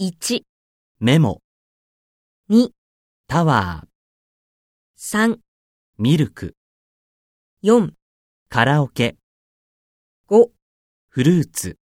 1、メモ、 2、タワー、 3、ミルク、 4、カラオケ、 5フルーツ。